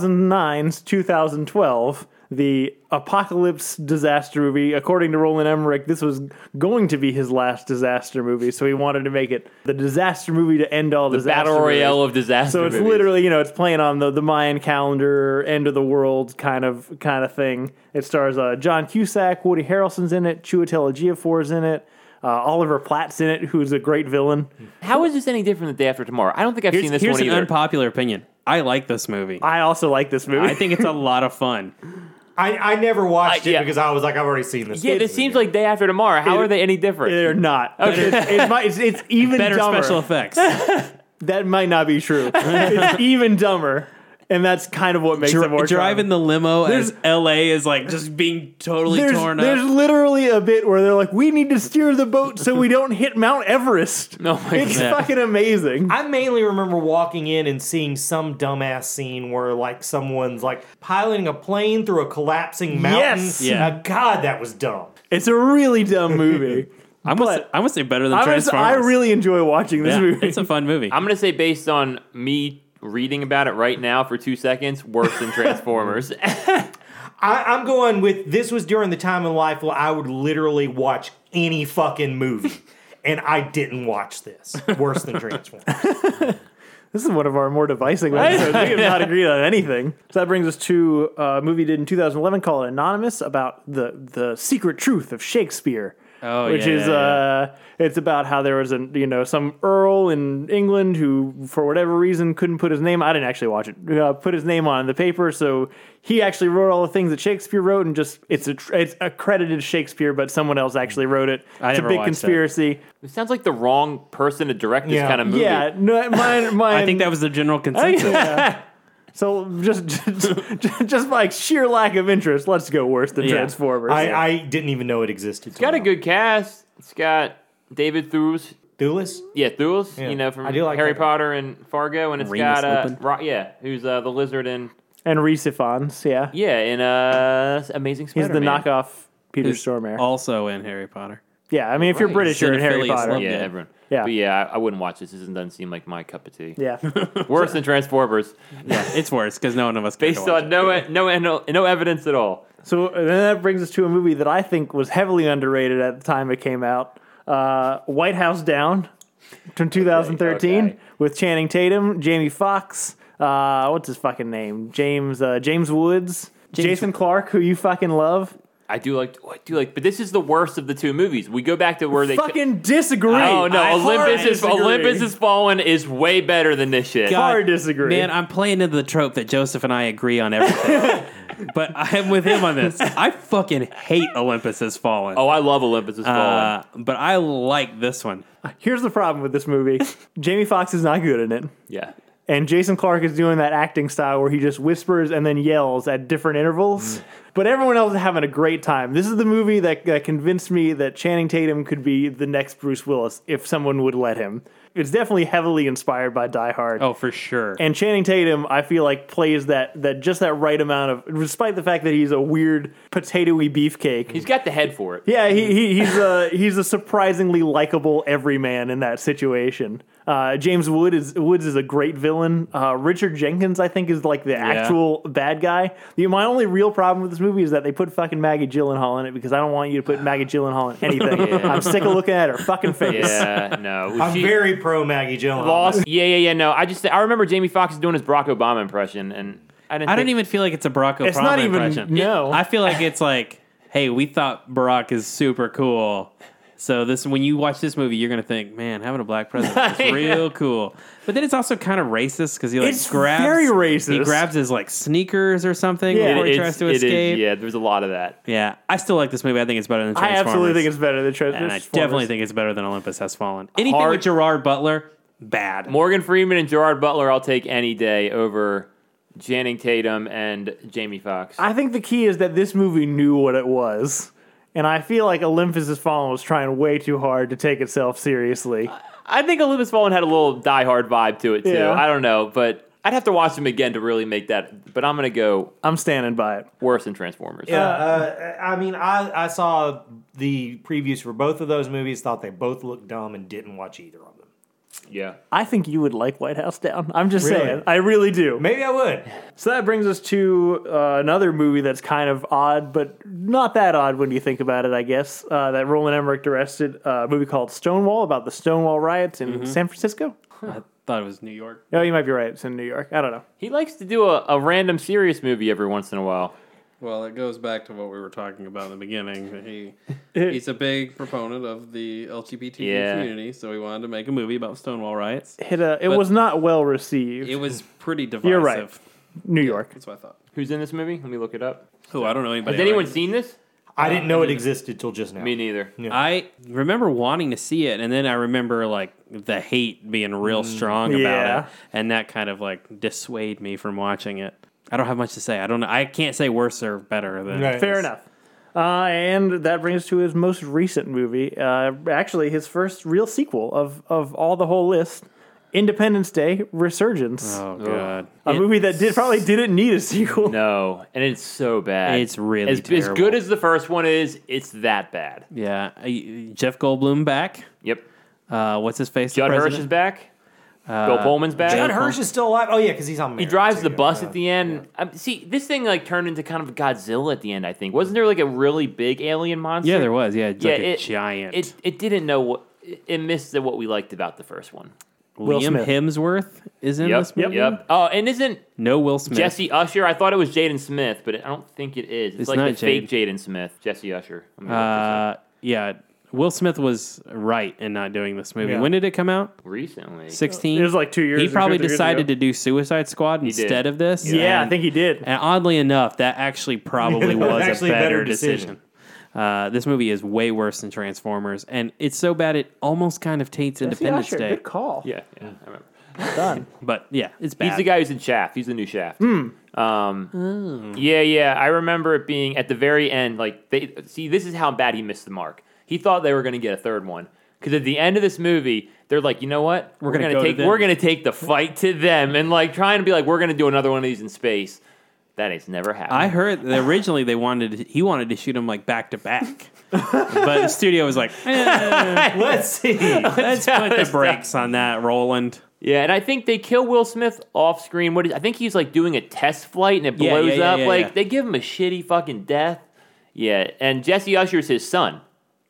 2009's 2012, the apocalypse disaster movie. According to Roland Emmerich, this was going to be his last disaster movie, so he wanted to make it the disaster movie to end all the disaster Battle movies. Royale of Disaster. So it's movies. literally, you know, it's playing on the, the Mayan calendar, end of the world kind of kind of thing. It stars uh, John Cusack, Woody Harrelson's in it, Chiwetel Ejiofor's in it, uh, Oliver Platt's in it, who's a great villain. How is this any different than the day after tomorrow? I don't think I've Here's, seen this here's one an either. unpopular opinion. I like this movie. I also like this movie. I think it's a lot of <laughs> fun. I, I never watched I- yeah. it because I was like, I've already seen this. yeah, movie. this seems like day after tomorrow. How are they any different? They're not. Okay. It's, it might, it's, it's even Better dumber. special <laughs> effects. That might not be true. it's even dumber, and that's kind of what makes it Dri- more driving charming. the limo There's- as LA is like just being totally There's, torn up. there's literally a bit where they're like, "We need to steer the boat so we don't hit Mount Everest." Oh my it's God. fucking amazing. I mainly remember walking in and seeing some dumbass scene where like someone's like piloting a plane through a collapsing mountain. Yes. Yeah. Uh, God, that was dumb. It's a really dumb movie. I'm gonna, say, I'm gonna say better than I, was, I Transformers. really enjoy watching this Yeah, movie. It's a fun movie. I'm gonna say based on me reading about it right now for two seconds, worse <laughs> than Transformers. <laughs> I, I'm going with this was during the time in life where I would literally watch any fucking movie. And I didn't watch this. Worse than Transformers. This is one of our more divisive episodes. We have <laughs> not agreed on anything. So that brings us to uh, a movie did in 2011 called Anonymous about the the secret truth of Shakespeare. Oh, which yeah, is yeah, uh, it's about how there was a you know some earl in England who for whatever reason couldn't put his name. I didn't actually watch it. Uh, put his name on the paper, so he actually wrote all the things that Shakespeare wrote, and just it's a tr- it's accredited to Shakespeare, but someone else actually wrote it. I it's a never big watched that. conspiracy. it sounds like the wrong person to direct this Yeah. kind of movie. Yeah, no, mine, <laughs> mine. I think that was the general consensus. So just, just just by sheer lack of interest, let's go worse than Yeah. Transformers. I, I didn't even know it existed. It's got a good cast. It's got David Thewlis. Thulis? Yeah, Thewlis. Yeah. You know from I do like Harry that guy. Potter and Fargo, and it's Remus got uh, Lupin. Ro- yeah, who's uh, the lizard in and Resifons, yeah. yeah in uh, Amazing He's Spider-Man. the knockoff Peter Who's Stormare. Also in Harry Potter. Yeah, I mean, if you're Right. British, you're in Harry Cinephilia Potter. slump. Yeah, Yeah. everyone. Yeah. But yeah, I, I wouldn't watch this. This doesn't doesn't seem like my cup of tea. Yeah, <laughs> Worse than <laughs> Transformers, Yeah, it's worse because no one of us can based go watch on it. no e- no no no evidence at all. So and then that brings us to a movie that I think was heavily underrated at the time it came out. Uh, White House Down from 2013 okay. with Channing Tatum, Jamie Foxx, uh, what's his fucking name? James uh, James Woods, Jason Clark, who you fucking love. I do like oh, I do like, but this is the worst of the two movies. We go back to where they. fucking disagree. Oh no! I Olympus hard is disagree. Olympus is fallen is way better than this shit. God, Hard disagree. Man, I'm playing into the trope that Joseph and I agree on everything. but I'm with him on this. I fucking hate Olympus Has Fallen. Oh, I love Olympus is fallen. Uh, but I like this one. Here's the problem with this movie: Jamie Foxx is not good in it. yeah. And Jason Clark is doing that acting style where he just whispers and then yells at different intervals. Mm. But everyone else is having a great time. This is the movie that, that convinced me that Channing Tatum could be the next Bruce Willis if someone would let him. It's definitely heavily inspired by Die Hard. Oh, for sure. And Channing Tatum, I feel like plays that that just that right amount of, despite the fact that he's a weird potatoey beefcake. He's got the head for it. Yeah, he, he he's a he's a surprisingly likable everyman in that situation. Uh, James Wood is Woods is a great villain. Uh, Richard Jenkins, I think, is like the actual bad guy. The, my only real problem with this movie is that they put fucking Maggie Gyllenhaal in it because I don't want you to put Maggie <laughs> Gyllenhaal in anything. Yeah. I'm sick of looking at her fucking face. Yeah, no. I'm She- very pro Maggie Gyllenhaal. Lost. <laughs> Yeah, yeah, yeah. No, I just I remember Jamie Foxx doing his Barack Obama impression, and I didn't. I don't think- even feel like it's a Barack Obama It's not even- impression. no. I feel like it's like, hey, we thought Barack is super cool. So this, when you watch this movie, you're gonna think, man, having a black president <laughs> is real cool. But then it's also kind of racist because he like It's grabs very racist. He grabs his like sneakers or something Yeah. before he it's- tries to it is- escape. yeah. yeah, there's a lot of that. I still like this movie. I think it's better than I Transformers. absolutely think it's better than Transformers. and I definitely think it's better than Olympus Has Fallen. Anything Hard- with Gerard Butler, bad. Morgan Freeman and Gerard Butler, I'll take any day over Channing Tatum and Jamie Foxx. I think the key is that this movie knew what it was. And I feel like Olympus Has Fallen was trying way too hard to take itself seriously. I think Olympus Fallen had a little Die Hard vibe to it too. Yeah. I don't know, but I'd have to watch them again to really make that. But I'm gonna go I'm standing by it. worse than Transformers. Yeah, uh, I mean, I, I saw the previews for both of those movies. Thought they both looked dumb and didn't watch either of them. yeah. I think you would like White House Down. I'm just Really? saying. I really do. Maybe I would. So that brings us to uh, another movie that's kind of odd, but not that odd when you think about it, I guess. Uh, that Roland Emmerich directed uh, a movie called Stonewall about the Stonewall riots in San Francisco. I thought it was New York. No, you might be right. It's in New York. I don't know. He likes to do a, a random serious movie every once in a while. Well, it goes back to what we were talking about in the beginning. He he's a big proponent of the LGBT Yeah. community, so he wanted to make a movie about Stonewall riots. It, uh, it was not well received. It was pretty divisive. You're right. New York. That's what I thought. Who's in this movie? Let me look it up. Who I don't know anybody. Has anyone like- seen this? I didn't know it existed till just now. Me neither. I remember wanting to see it, and then I remember like the hate being real strong yeah. about it, and that kind of like dissuade me from watching it. I don't have much to say. I don't. know. I can't say worse or better than. Right. Fair enough. Uh, and that brings us to his most recent movie. Uh, actually, his first real sequel of, of all the whole list Independence Day Resurgence. Oh god, a It- movie that did probably didn't need a sequel. No, and it's so bad. It's really as, as terrible. good as the first one is. It's that bad. yeah, I- Jeff Goldblum back. Yep. Uh, what's his face? Judd Hirsch is President? Uh, back. Bill Pullman's back. Judd Hirsch is still alive. Oh yeah, because he's on. He drives the bus at the end. Um, see, this thing like turned into kind of Godzilla at the end. I think wasn't there like a really big alien monster? Yeah, there was. Yeah, it's Yeah, like a it- giant. It it didn't know what it it missed the- what we liked about the first one. Will Liam Smith. Hemsworth is in Yep. this movie. Yep. Oh, and isn't No, Will Smith. Jesse Usher? I thought it was Jaden Smith, but I don't think it is. It's, It's like not the fake Jaden Smith, Jesse Usher. I'm gonna look Uh, yeah, Will Smith was right in not doing this movie. Yeah. When did it come out? this up. recently. 16 It was like two <laughs> years. he or probably two or three years decided ago. to do suicide squad did. instead of this Yeah, I And- think he did. and oddly enough <laughs> that actually probably It was, was actually a better, decision, Uh, this movie is way worse than transformers and it's so bad it almost kind of taints independence Usher, day Good call. Yeah, yeah, I remember. Done. but yeah it's bad Hmm. He's the guy who's in Shaft. He's the new Shaft. Um, Oh. Yeah, yeah. I remember it being at the very end. Like, they see, this is how bad he missed the mark. He thought they were going to get a third one because at the end of this movie, they're like, you know what? We're, gonna gonna go to take them." we're going to take the fight to them and like trying to be like we're going to do another one of these in space. That has never happened. i heard that originally they wanted to- he wanted to shoot him like back to back but the studio was like, eh, <laughs> Let's see. let's put the brakes on that, Roland. Yeah, and I think they kill Will Smith off screen. What is, I think he's like doing a test flight and it Yeah, yeah, blows yeah, up. yeah, like yeah. they give him a shitty fucking death. Yeah, and Jesse Usher's his son,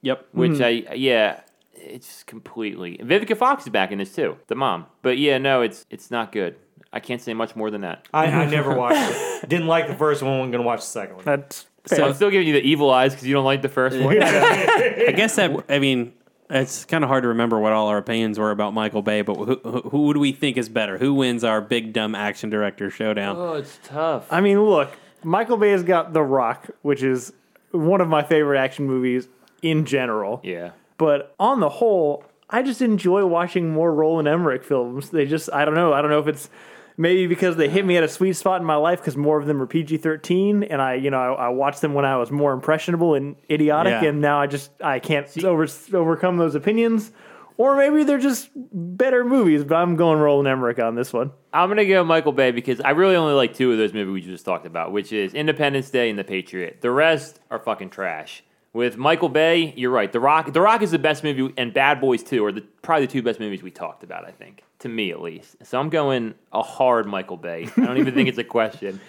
Yep. which I yeah, it's completely. Vivica Fox is back in this too, the mom. But yeah, no, it's it's not good. I can't say much more than that. I, I never watched it. Didn't like the first one. Wasn't gonna watch the second one. That's So fair. I'm still giving you the evil eyes because you don't like the first one. I guess that I mean it's kind of hard to remember what all our opinions were about Michael Bay, but who, who, who do we think is better? Who wins our big dumb action director showdown? Oh, it's tough. I mean, look, Michael Bay has got The Rock, which is one of my favorite action movies in general. yeah. But on the whole, I just enjoy watching more Roland Emmerich films. They just, I don't know. I don't know if it's maybe because they hit me at a sweet spot in my life because more of them are PG 13. And I, you know, I, I watched them when I was more impressionable and idiotic. Yeah. And now I just, I can't over, overcome those opinions. Or maybe they're just better movies, but I'm going Roland Emmerich on this one. I'm gonna go Michael Bay because I really only like two of those movies we just talked about, which is Independence Day and The Patriot. The rest are fucking trash. With Michael Bay, you're right. The Rock, The Rock is the best movie, and Bad Boys Two are the probably the two best movies we talked about. I think, to me at least. So I'm going a hard Michael Bay. I don't even think it's a question.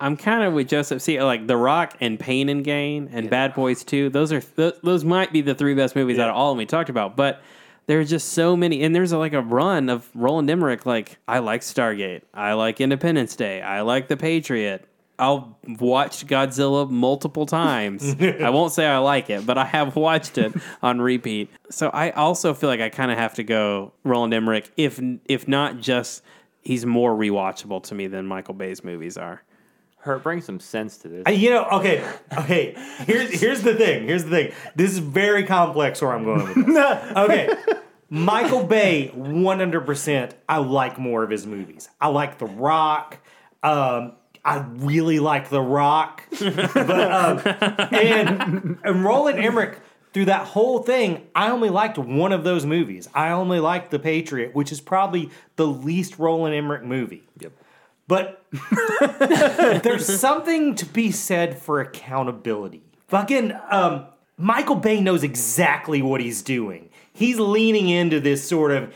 I'm kind of with Joseph. See, uh, like The Rock and Pain and Gain and Bad Boys Two. Those are th- those might be the three best movies out of all of them we talked about. But there's just so many, and there's uh, like a run of Roland Emmerich. Like I like Stargate. I like Independence Day. I like The Patriot. I'll watch Godzilla multiple times. I won't say I like it, but I have watched it on repeat. So I also feel like I kind of have to go Roland Emmerich, if if not just he's more rewatchable to me than Michael Bay's movies are. Hurt, bring some sense to this. Uh, You know, okay, okay. Here's here's the thing. Here's the thing. This is very complex where I'm going with this. Okay. Michael Bay, 100%. I like more of his movies. I like The Rock. Um, I really like The Rock. But, um, and, and Roland Emmerich, through that whole thing, I only liked one of those movies. I only liked The Patriot, which is probably the least Roland Emmerich movie. Yep. But there's something to be said for accountability. Fucking um, Michael Bay knows exactly what he's doing. He's leaning into this sort of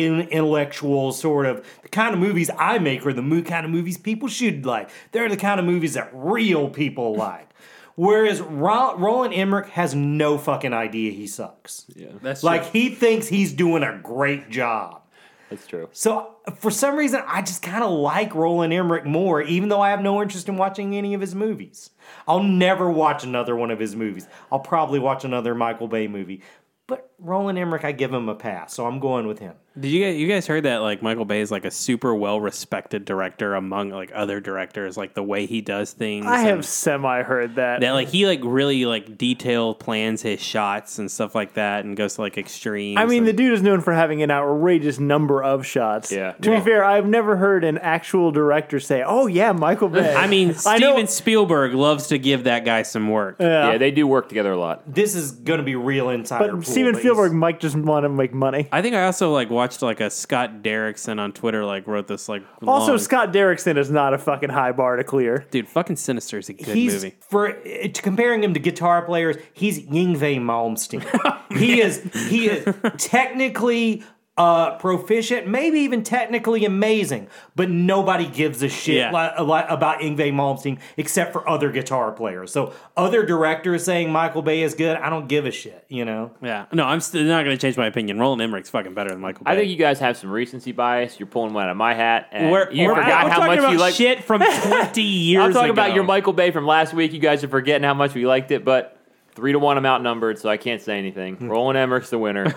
anti-intellectual sort of the kind of movies I make are the mo- kind of movies people should like. They're the kind of movies that real people like. Whereas Ro- Roland Emmerich has no fucking idea he sucks. That's Like he thinks he's doing a great job. That's true. So for some reason, I just kind of like Roland Emmerich more, even though I have no interest in watching any of his movies. I'll never watch another one of his movies. I'll probably watch another Michael Bay movie, but Roland Emmerich, I give him a pass, so I'm going with him. Did you guys, you guys heard that like Michael Bay is like a super well respected director among like other directors like the way he does things I and have semi heard that. that like he like really like detail plans his shots and stuff like that and goes to like extremes. I mean, and, the dude is known for having an outrageous number of shots. Yeah. To Yeah. be fair, I've never heard an actual director say, "Oh yeah, Michael Bay." I mean <laughs> I know- Steven Spielberg loves to give that guy some work. Yeah. they do work together a lot. This is going to be real insider. but pool, Steven but Spielberg might just want to make money. I think I also like watched like a Scott Derrickson on Twitter like wrote this like Also, long- Scott Derrickson is not a fucking high bar to clear. dude fucking Sinister is a good he's movie. for uh, comparing him to guitar players. He's Yngwie Malmsteen. <laughs> he is he is technically uh, proficient, maybe even technically amazing, but nobody gives a shit Yeah. li- a lot about Yngwie Malmsteen except for other guitar players. So other directors saying Michael Bay is good, I don't give a shit. You know, Yeah, no, I'm still not going to change my opinion. Roland Emmerich's fucking better than Michael Bay. I think you guys have some recency bias. You're pulling one out of my hat, and We're- you we're- forgot I'm how talking much about you like shit from <laughs> 20 years. I'm talking about ago. your Michael Bay from last week. You guys are forgetting how much we liked it, but three to one, I'm outnumbered, so I can't say anything. Hmm. Roland Emmerich's <laughs> the winner.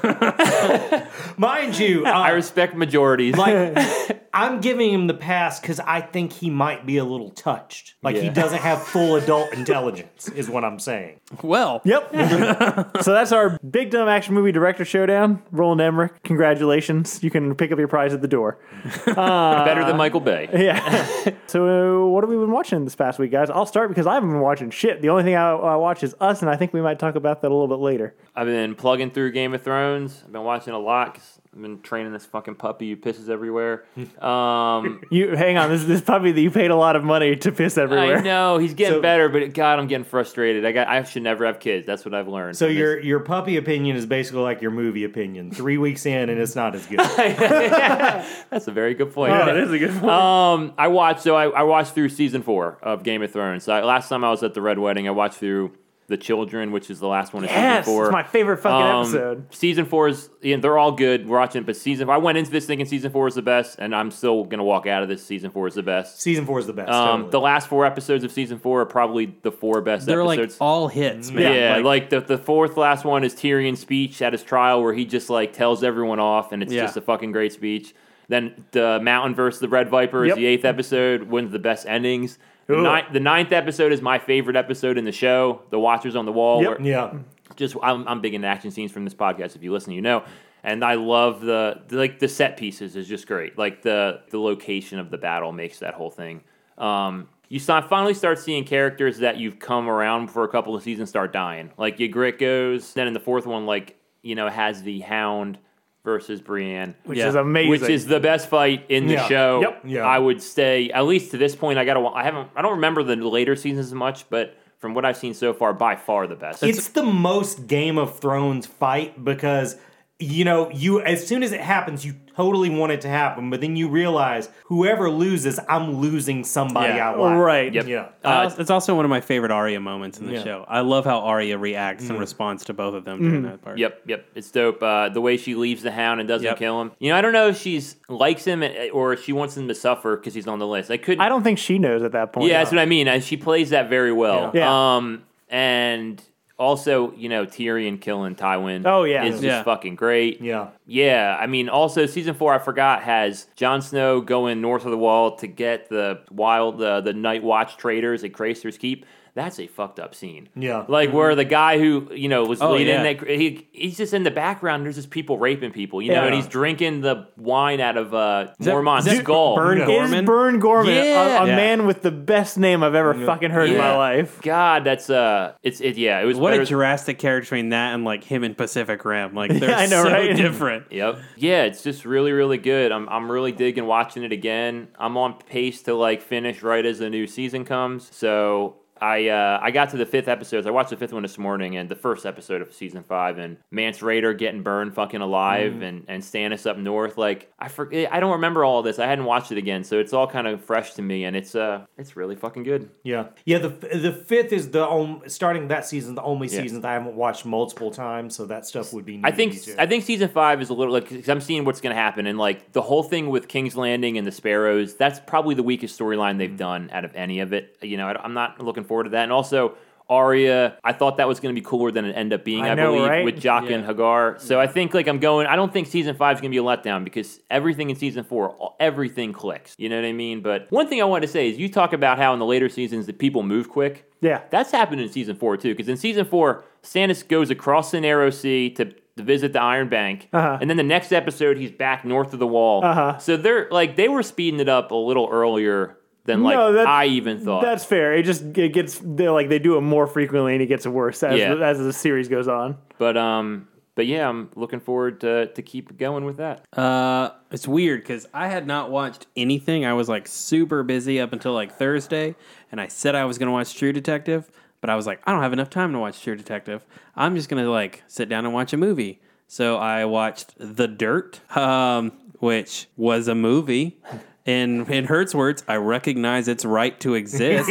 mind you, uh, I respect majorities. <laughs> Like, I'm giving him the pass because I think he might be a little touched. Like, he Yeah. doesn't have full adult intelligence, is what I'm saying. Well, Yep. <laughs> <laughs> so that's our big dumb action movie director showdown. Roland Emmerich, congratulations! You can pick up your prize at the door. <laughs> <laughs> better uh, than Michael Bay. <laughs> Yeah. so what have we been watching this past week, guys? I'll start because I haven't been watching shit. The only thing I, I watch is Us, and I think we might talk about that a little bit later. I've been plugging through Game of Thrones. I've been watching a lot. 'cause I've been training this fucking puppy who pisses everywhere. Hmm. <laughs> Um, You hang on. This this puppy that you paid a lot of money to piss everywhere. <laughs> I know he's getting So- better, but God, I'm getting frustrated. I got I should never have kids. That's what I've learned. So from this. your your puppy opinion is basically like your movie opinion. Three weeks in and it's not as <laughs> good. that's a very good point. Oh, that is a good point. Um, I watched so I, I watched through season four of Game of Thrones. So I, last time I was at the Red Wedding, I watched through The Children, which is the last one of yes, season four. it's my favorite fucking Um, episode. Season four is yeah, they're all good. We're watching, it, but season I went into this thinking season four is the best, and I'm still gonna walk out of this season four is the best. Season four is the best. Um, totally. The last four episodes of season four are probably the four best They're like episodes. all hits, man. Mm. yeah, like, the, the fourth last one is Tyrion's speech at his trial where he just like tells everyone off and it's Yeah. just a fucking great speech. Then the Mountain versus the Red Viper is Yep. the eighth episode, one of the best endings. The, Ooh. ni- the ninth episode is my favorite episode in the show, The Watchers on the Wall. Yep. where- yeah. just I'm, I'm big into action scenes from this podcast. If you listen, you know. And I love the, the- like the set pieces is just great. Like the the location of the battle makes that whole thing. Um, you saw, finally start seeing characters that you've come around for a couple of seasons start dying. Like Ygritte goes. Then in the fourth one, like you know, has the Hound versus Brienne, Which yeah. is amazing. which is the best fight in the Yeah. show. Yep. Yeah. I would say at least to this point, I gotta. wa- I haven't. I don't remember the later seasons as much, but from what I've seen so far, by far the best. It's, the most Game of Thrones fight because you know you as soon as it happens you totally want it to happen, but then you realize whoever loses, I'm losing somebody Yeah. I like. right. Yep. Yeah. I uh, als- it's also one of my favorite Arya moments in the show. I love how Arya reacts in response to both of them during that part. Mm. Yep, yep. It's dope. Uh, the way she leaves the hound and doesn't Yep. kill him. You know, I don't know if she's likes him eh, or if she wants him to suffer because he's on the list. I couldn't. I don't think she knows at that point. yeah, that's what I mean. And she plays that very well. Yeah. Yeah. Um, and also, you know, Tyrion killing Tywin. Oh, yeah. is just Yeah. fucking great. Yeah. Yeah, I mean, also season four, I forgot has Jon Snow going north of the Wall to get the wild, uh, the Night Watch traders at Craster's Keep. That's a fucked up scene. Yeah. like where the guy who you know was Mm-hmm. Oh, leading yeah. that he he's just in the background. There's just people raping people, you know, Yeah. and he's drinking the wine out of uh, that- Mormont's is that skull. Burn It is Gorman. Burn Gorman, a- Yeah. a, Yeah. man with the best name I've ever fucking heard in Yeah. my life. God, that's uh, it's it. Yeah, it was What better- a drastic character between that and like him and Pacific Rim. <laughs> Like they're I know, so right? different. Yep. Yeah, it's just really, really good. I'm, I'm really digging watching it again. I'm on pace to like finish right as the new season comes. So I uh, I got to the fifth episode. I watched the fifth one this morning and the first episode of season five and Mance Raider getting burned fucking alive and, and Stannis up north. Like I forget I don't remember all this. I hadn't watched it again, so it's all kind of fresh to me and it's uh it's really fucking good. Yeah, yeah. The the fifth is the only starting that season. The only Yeah. season that I haven't watched multiple times, so that stuff would be. New I to think me, too. I think season five is a little like 'cause I'm seeing what's going to happen and like the whole thing with King's Landing and the Sparrows. That's probably the weakest storyline they've done out of any of it. You know, I, am not looking forward to that. And also Arya, I thought that was going to be cooler than it ended up being. I, I know, believe right? with Jock and Hagar. So I think like I'm going. I don't think season five is going to be a letdown because everything in season four, all- everything clicks. You know what I mean? But one thing I wanted to say is you talk about how in the later seasons the people move quick. Yeah. That's happened in season four too, because in season four, Stannis goes across the Narrow Sea to, to visit the Iron Bank, Uh-huh. and then the next episode he's back north of the Wall. Uh-huh. So they're like they were speeding it up a little earlier than like No, that's- I even thought. That's fair. It just it gets they're like they do it more frequently and it gets worse as, Yeah. as the series goes on. But um, but yeah, I'm looking forward to to keep going with that. Uh, it's weird because I had not watched anything. I was like super busy up until like Thursday, and I said I was gonna watch True Detective, but I was like, I don't have enough time to watch True Detective. I'm just gonna like sit down and watch a movie. So I watched The Dirt, um, which was a movie. In in Hertz words, I recognize its right to exist.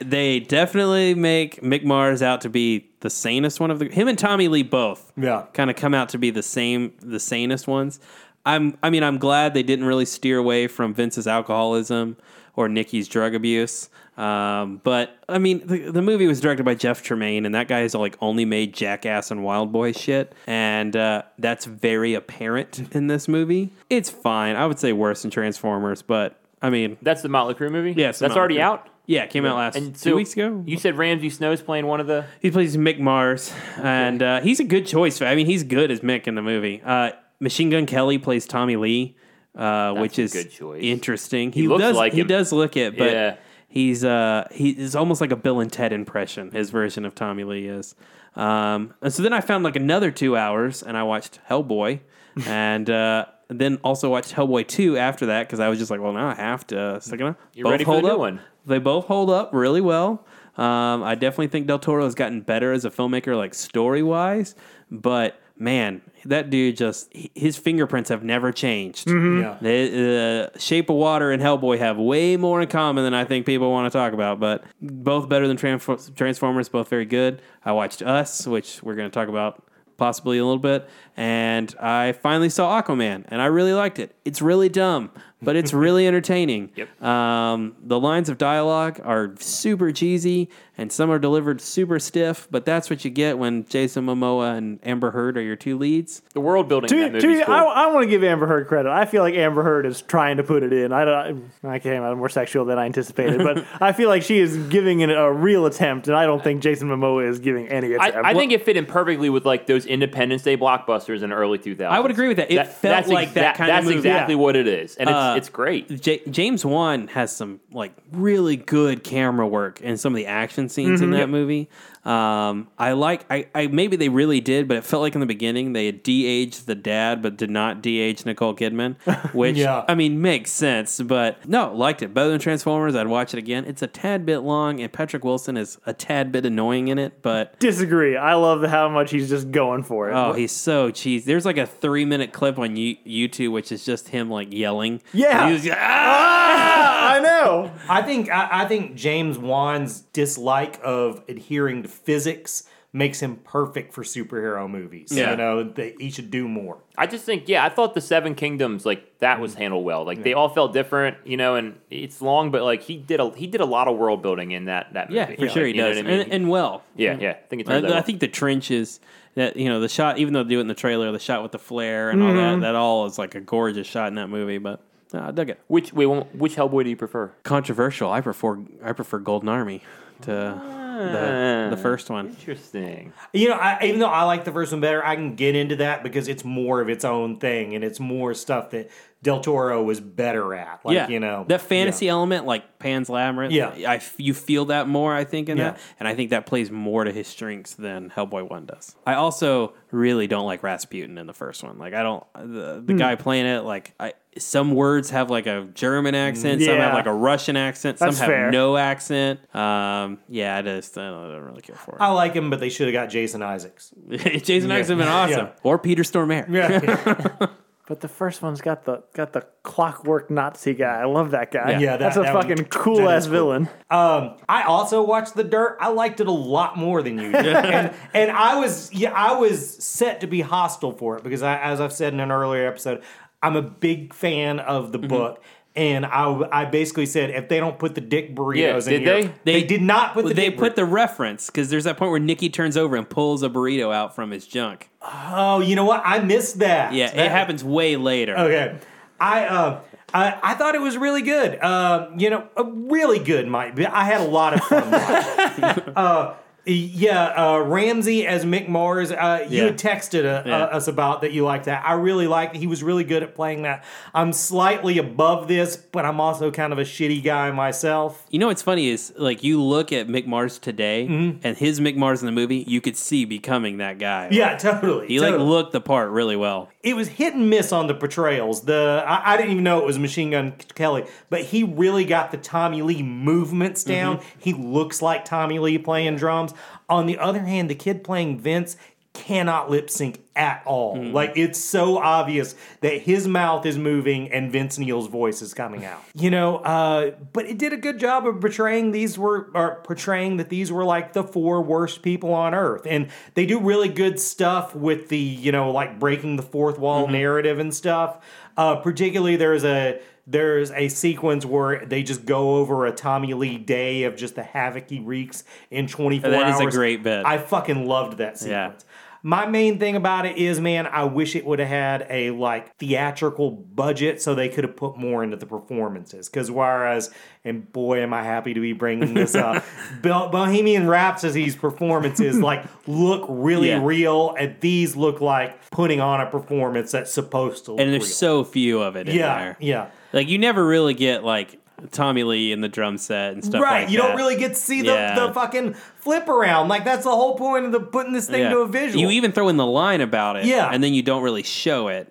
they definitely make Mick Mars out to be the sanest one of the him and Tommy Lee both. Yeah. Kind of come out to be the same the sanest ones. I'm I mean I'm glad they didn't really steer away from Vince's alcoholism or Nikki's drug abuse. Um, but I mean the, the movie was directed by Jeff Tremaine and that guy has like only made Jackass and Wild Boy shit and uh, that's very apparent in this movie. It's fine. I would say worse than Transformers, but I mean That's the Motley Crue movie. Yes, that's Motley already Crue. out. yeah, it came out last And so two weeks ago. you said Ramsey Snow's playing one of the. He plays Mick Mars, and uh, he's a good choice. For, I mean, he's good as Mick in the movie. Uh, Machine Gun Kelly plays Tommy Lee, uh, which a is good choice. interesting. He, looks does like he him. does look it, but Yeah. He's uh he is almost like a Bill and Ted impression. His version of Tommy Lee is. Um, and so then I found like another two hours, and I watched Hellboy, and uh, then also watched Hellboy two after that because I was just like, well, now I have to. So, you know, You ready for the hold new up. one? They both hold up really well. Um, I definitely think Del Toro has gotten better as a filmmaker, like story wise. But man, that dude just h- his fingerprints have never changed. Yeah. The uh, Shape of Water and Hellboy have way more in common than I think people want to talk about. But both better than Transfor- Transformers, both very good. I watched Us, which we're going to talk about possibly a little bit, and I finally saw Aquaman, and I really liked it. It's really dumb, but it's really entertaining. Yep. Um, the lines of dialogue are super cheesy, and some are delivered super stiff. But that's what you get when Jason Momoa and Amber Heard are your two leads. The world building To, in that me- movie to me, is cool. I, I want to give Amber Heard credit. I feel like Amber Heard is trying to put it in. I don't. I came out more sexual than I anticipated, but I feel like she is giving it a real attempt, and I don't think Jason Momoa is giving any attempt. I, I think it fit in perfectly with like those Independence Day blockbusters in the early 2000s. I would agree with that. It felt that's like that kind of That's movie. exactly Yeah. what it is, and it's, Uh, it's great. J- James Wan has some like really good camera work in some of the action scenes in that movie. Um, I like I, I maybe they really did, but it felt like in the beginning they had de-aged the dad, but did not de-age Nicole Kidman, which Yeah. I mean makes sense. But no, liked it better than Transformers. I'd watch it again. It's a tad bit long, and Patrick Wilson is a tad bit annoying in it, but. disagree. I love how much he's just going for it. Oh, he's so cheesy. There's like a three minute clip on you- YouTube, which is just him like yelling. Yeah. He's just, "Ah!" I know. I think I, I think James Wan's dislike of adhering to physics makes him perfect for superhero movies. Yeah. You know, that he should do more. I just think, yeah, I thought the Seven Kingdoms like that was handled well. Like they all felt different, you know, and it's long, but like he did a he did a lot of world building in that that movie. Yeah, for Like, sure he you know does, what I mean? and, and well. yeah, yeah, I think it's. I, I think the trenches that you know the shot, even though they do it in the trailer, the shot with the flare and all that, that all is like a gorgeous shot in that movie. But no, I dug it. which wait, which Hellboy do you prefer? Controversial. I prefer I prefer Golden Army to the, the first one. Interesting. You know, I, even though I like the first one better, I can get into that because it's more of its own thing and it's more stuff that Del Toro was better at. Like, yeah, you know, that fantasy element, like Pan's Labyrinth. Yeah. I f- you feel that more, I think, in Yeah. that, and I think that plays more to his strengths than Hellboy One does. I also really don't like Rasputin in the first one. Like, I don't the, Hmm. the guy playing it. Like, I some words have like a German accent, some have Yeah. like a Russian accent, some That's have fair. no accent. Um, yeah, I just I don't, I don't really care for I like him, but they should have got Jason Isaacs. <laughs> <laughs> it. <laughs> Jason Isaacs has been awesome, Uh, Yeah. or Peter Stormare. Yeah. But the first one's got the got the clockwork Nazi guy. I love that guy. Yeah. Yeah, that- that's a that fucking one- cool that ass is cool. villain. Um, I also watched The Dirt. I liked it a lot more than you did, and, and I was yeah, I was set to be hostile for it because I, as I've said in an earlier episode, I'm a big fan of the book, and I I basically said if they don't put the dick burritos Yeah, in did here, they? they, did not put the they dick put the reference because there's that point where Nikki turns over and pulls a burrito out from his junk. Oh, you know what? I missed that. Yeah, That- it happens way later. Okay, I. Uh, I, I thought it was really good. Uh, you know, uh, really good, Mike. I had a lot of fun. watching <laughs> it. uh, yeah, uh, Ramsey as Mick Mars. Uh, you Yeah. had texted uh, Yeah. uh, us about that. You liked that. I really liked. He was really good at playing that. I'm slightly above this, but I'm also kind of a shitty guy myself. You know what's funny is like you look at Mick Mars today and his Mick Mars in the movie, you could see becoming that guy. Mm-hmm. Yeah, totally. He like totally. looked the part really well. it was hit and miss on the portrayals. The I, I didn't even know it was Machine Gun Kelly, but he really got the Tommy Lee movements down. He looks like Tommy Lee playing drums. On the other hand, the kid playing Vince cannot lip sync at all. Like it's so obvious that his mouth is moving and Vince Neil's voice is coming out. You know, uh, but it did a good job of portraying these were or portraying that these were like the four worst people on earth. And they do really good stuff with the, you know, like breaking the fourth Mm-hmm. wall narrative and stuff. Uh, particularly there's a there's a sequence where they just go over a Tommy Lee day of just the havoc he wreaks in 24 That is hours. a great bit. I fucking loved that sequence. My main thing about it is, man, I wish it would have had a like theatrical budget so they could have put more into the performances. Because whereas, and boy, am I happy to be bringing <laughs> this up, Bo- Bohemian Rhapsody's performances like look really Yeah. real, and these look like putting on a performance that's supposed to. look And real. there's so few of it in yeah, there. yeah. Like you never really get like Tommy Lee and the drum set and stuff. right. like you don't that. really get to see the, Yeah. the fucking flip around. Like that's the whole point of the putting this thing Yeah. to a visual. You even throw in the line about it, Yeah. and then you don't really show it.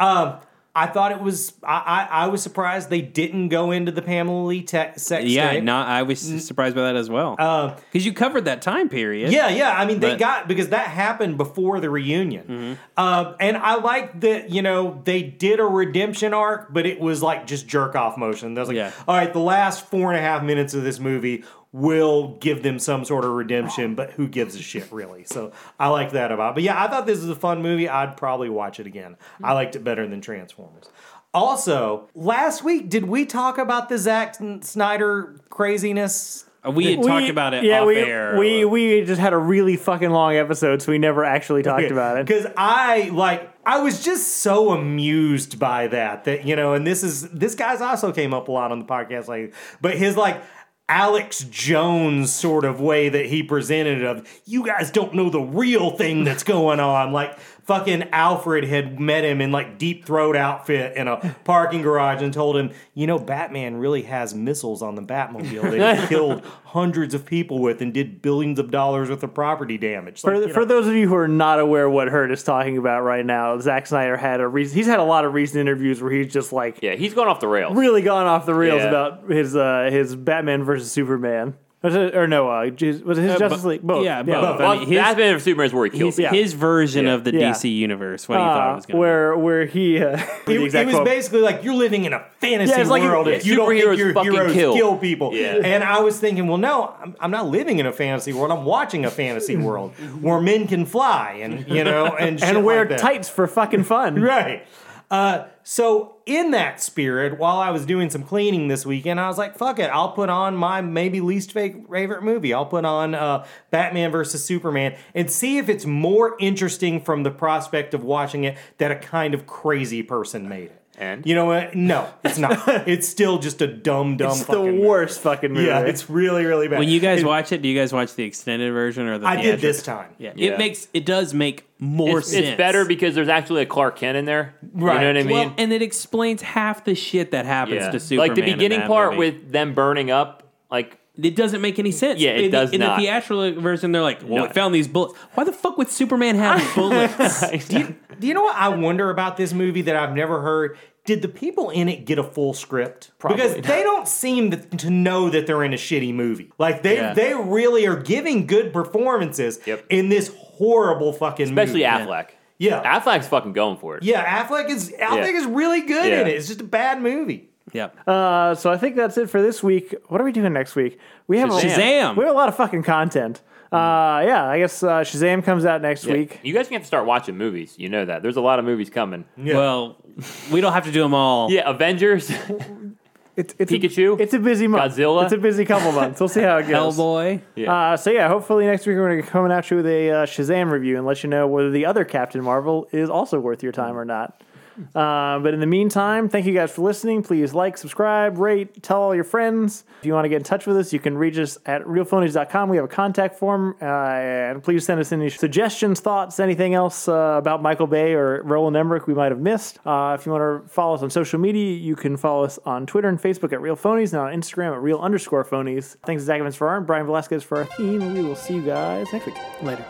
Um, I thought it was. I, I I was surprised they didn't go into the Pamela Lee te- sex Yeah, tape. not. I was Mm-hmm. surprised by that as well because Um, you covered that time period. yeah, yeah. I mean, they But- Mm-hmm. got because that happened before the reunion, Um, and I like that. You know, they did a redemption arc, but it was like just jerk off motion. That was like, Yeah. all right, the last four and a half minutes of this movie will give them some sort of redemption, but who gives a shit really? So I like that about. It. But yeah, I thought this was a fun movie. I'd probably watch it again. I liked it better than Transformers. Also, last week did we talk about the Zack Snyder craziness? we had talked about it Yeah, off we, air. we we just had a really fucking long episode, so we never actually talked <laughs> about it. Because I like I was just so amused by that that you know, and this is this guy's also came up a lot on the podcast like but his like Alex Jones sort of way that he presented it of you guys don't know the real <laughs> thing that's going on. Like fucking Alfred had met him in like deep throat outfit in a parking garage and told him, you know, Batman really has missiles on the Batmobile <laughs> that he killed hundreds of people with and did billions of dollars worth of property damage. Like, For, you know, for those of you who are not aware what Hurt is talking about right now, Zack Snyder had a reason. He's had a lot of recent interviews where he's just like Yeah, he's gone off the rails. really gone off the rails Yeah. about his uh, his Batman versus Superman. Was it- or no, uh, his- was it his Justice League? Both. yeah, both. Well, I mean, his- Batman vs Superman is where he his, kills. it. his version of the Yeah. DC universe, what he Uh, thought it was going to where where <laughs> he uh, It, it was basically like you're living in a fantasy Yeah, it's like you- world yeah, if you don't superheroes think your fucking heroes kill. kill, people. Yeah. And I was thinking, well, no, I'm, I'm not living in a fantasy world. I'm watching a fantasy world where men can fly and you know and shit and wear like that. tights for fucking fun. <laughs> Right. Uh, so in that spirit, while I was doing some cleaning this weekend, I was like, "Fuck it, I'll put on my maybe least fake favorite movie. I'll put on uh, Batman versus Superman and see if it's more interesting from the prospect of watching it that a kind of crazy person made it." And? you know what? No, <laughs> it's not. it's still just a dumb, dumb. It's the fucking movie. worst fucking movie. Yeah, it's really, really bad. When you guys It- watch it, do you guys watch the extended version or the? I did theatrical- this time. Yeah. Yeah. it makes it does make more It's, sense. it's better because there's actually a Clark Kent in there. Right. You know what I mean? Well, and it explains half the shit that happens Yeah. to Superman. like the in beginning that part movie. with them burning up, like it doesn't make any sense. Yeah, it in does the, in not. the theatrical version, they're like, "Well, No. we found these bullets. Why the fuck would Superman have <laughs> bullets?" Do you, do you know what I wonder about this movie that I've never heard? Did the people in it get a full script? Because they don't seem to, to know that they're in a shitty movie. Like they Yeah. they really are giving good performances Yep. in this horrible fucking especially movie. Mm-hmm. Affleck. Yeah. Affleck's fucking going for it. yeah, Affleck is Affleck is really good Yeah. in it. It's just a bad movie. yeah, Uh, so I think that's it for this week. What are we doing next week? We have A, Shazam. We have a lot of fucking content. Uh, yeah, I guess uh, Shazam comes out next week. You guys have to start watching movies. You know that. There's a lot of movies coming. Well, we don't have to do them all. Yeah, Avengers, <laughs> It's, it's Pikachu? A, it's a busy month. Godzilla? It's a busy <laughs> couple months. We'll see how it goes. Hellboy. Uh, so yeah, hopefully next week we're going to be coming at you with a uh, Shazam review and let you know whether the other Captain Marvel is also worth your Hmm. time or not. Uh, but in the meantime, thank you guys for listening. Please like, subscribe, rate, tell all your friends. If you want to get in touch with us, you can reach us at realphonies.com. We have a contact form. Uh, and please send us any suggestions, thoughts, anything else uh, about Michael Bay or Roland Emmerich we might have missed. Uh, if you want to follow us on social media, you can follow us on Twitter and Facebook at Real Phonies and on Instagram at Real underscore Phonies. Thanks to Zach Evans for our and Brian Velasquez for our theme. We will see you guys next week. Later.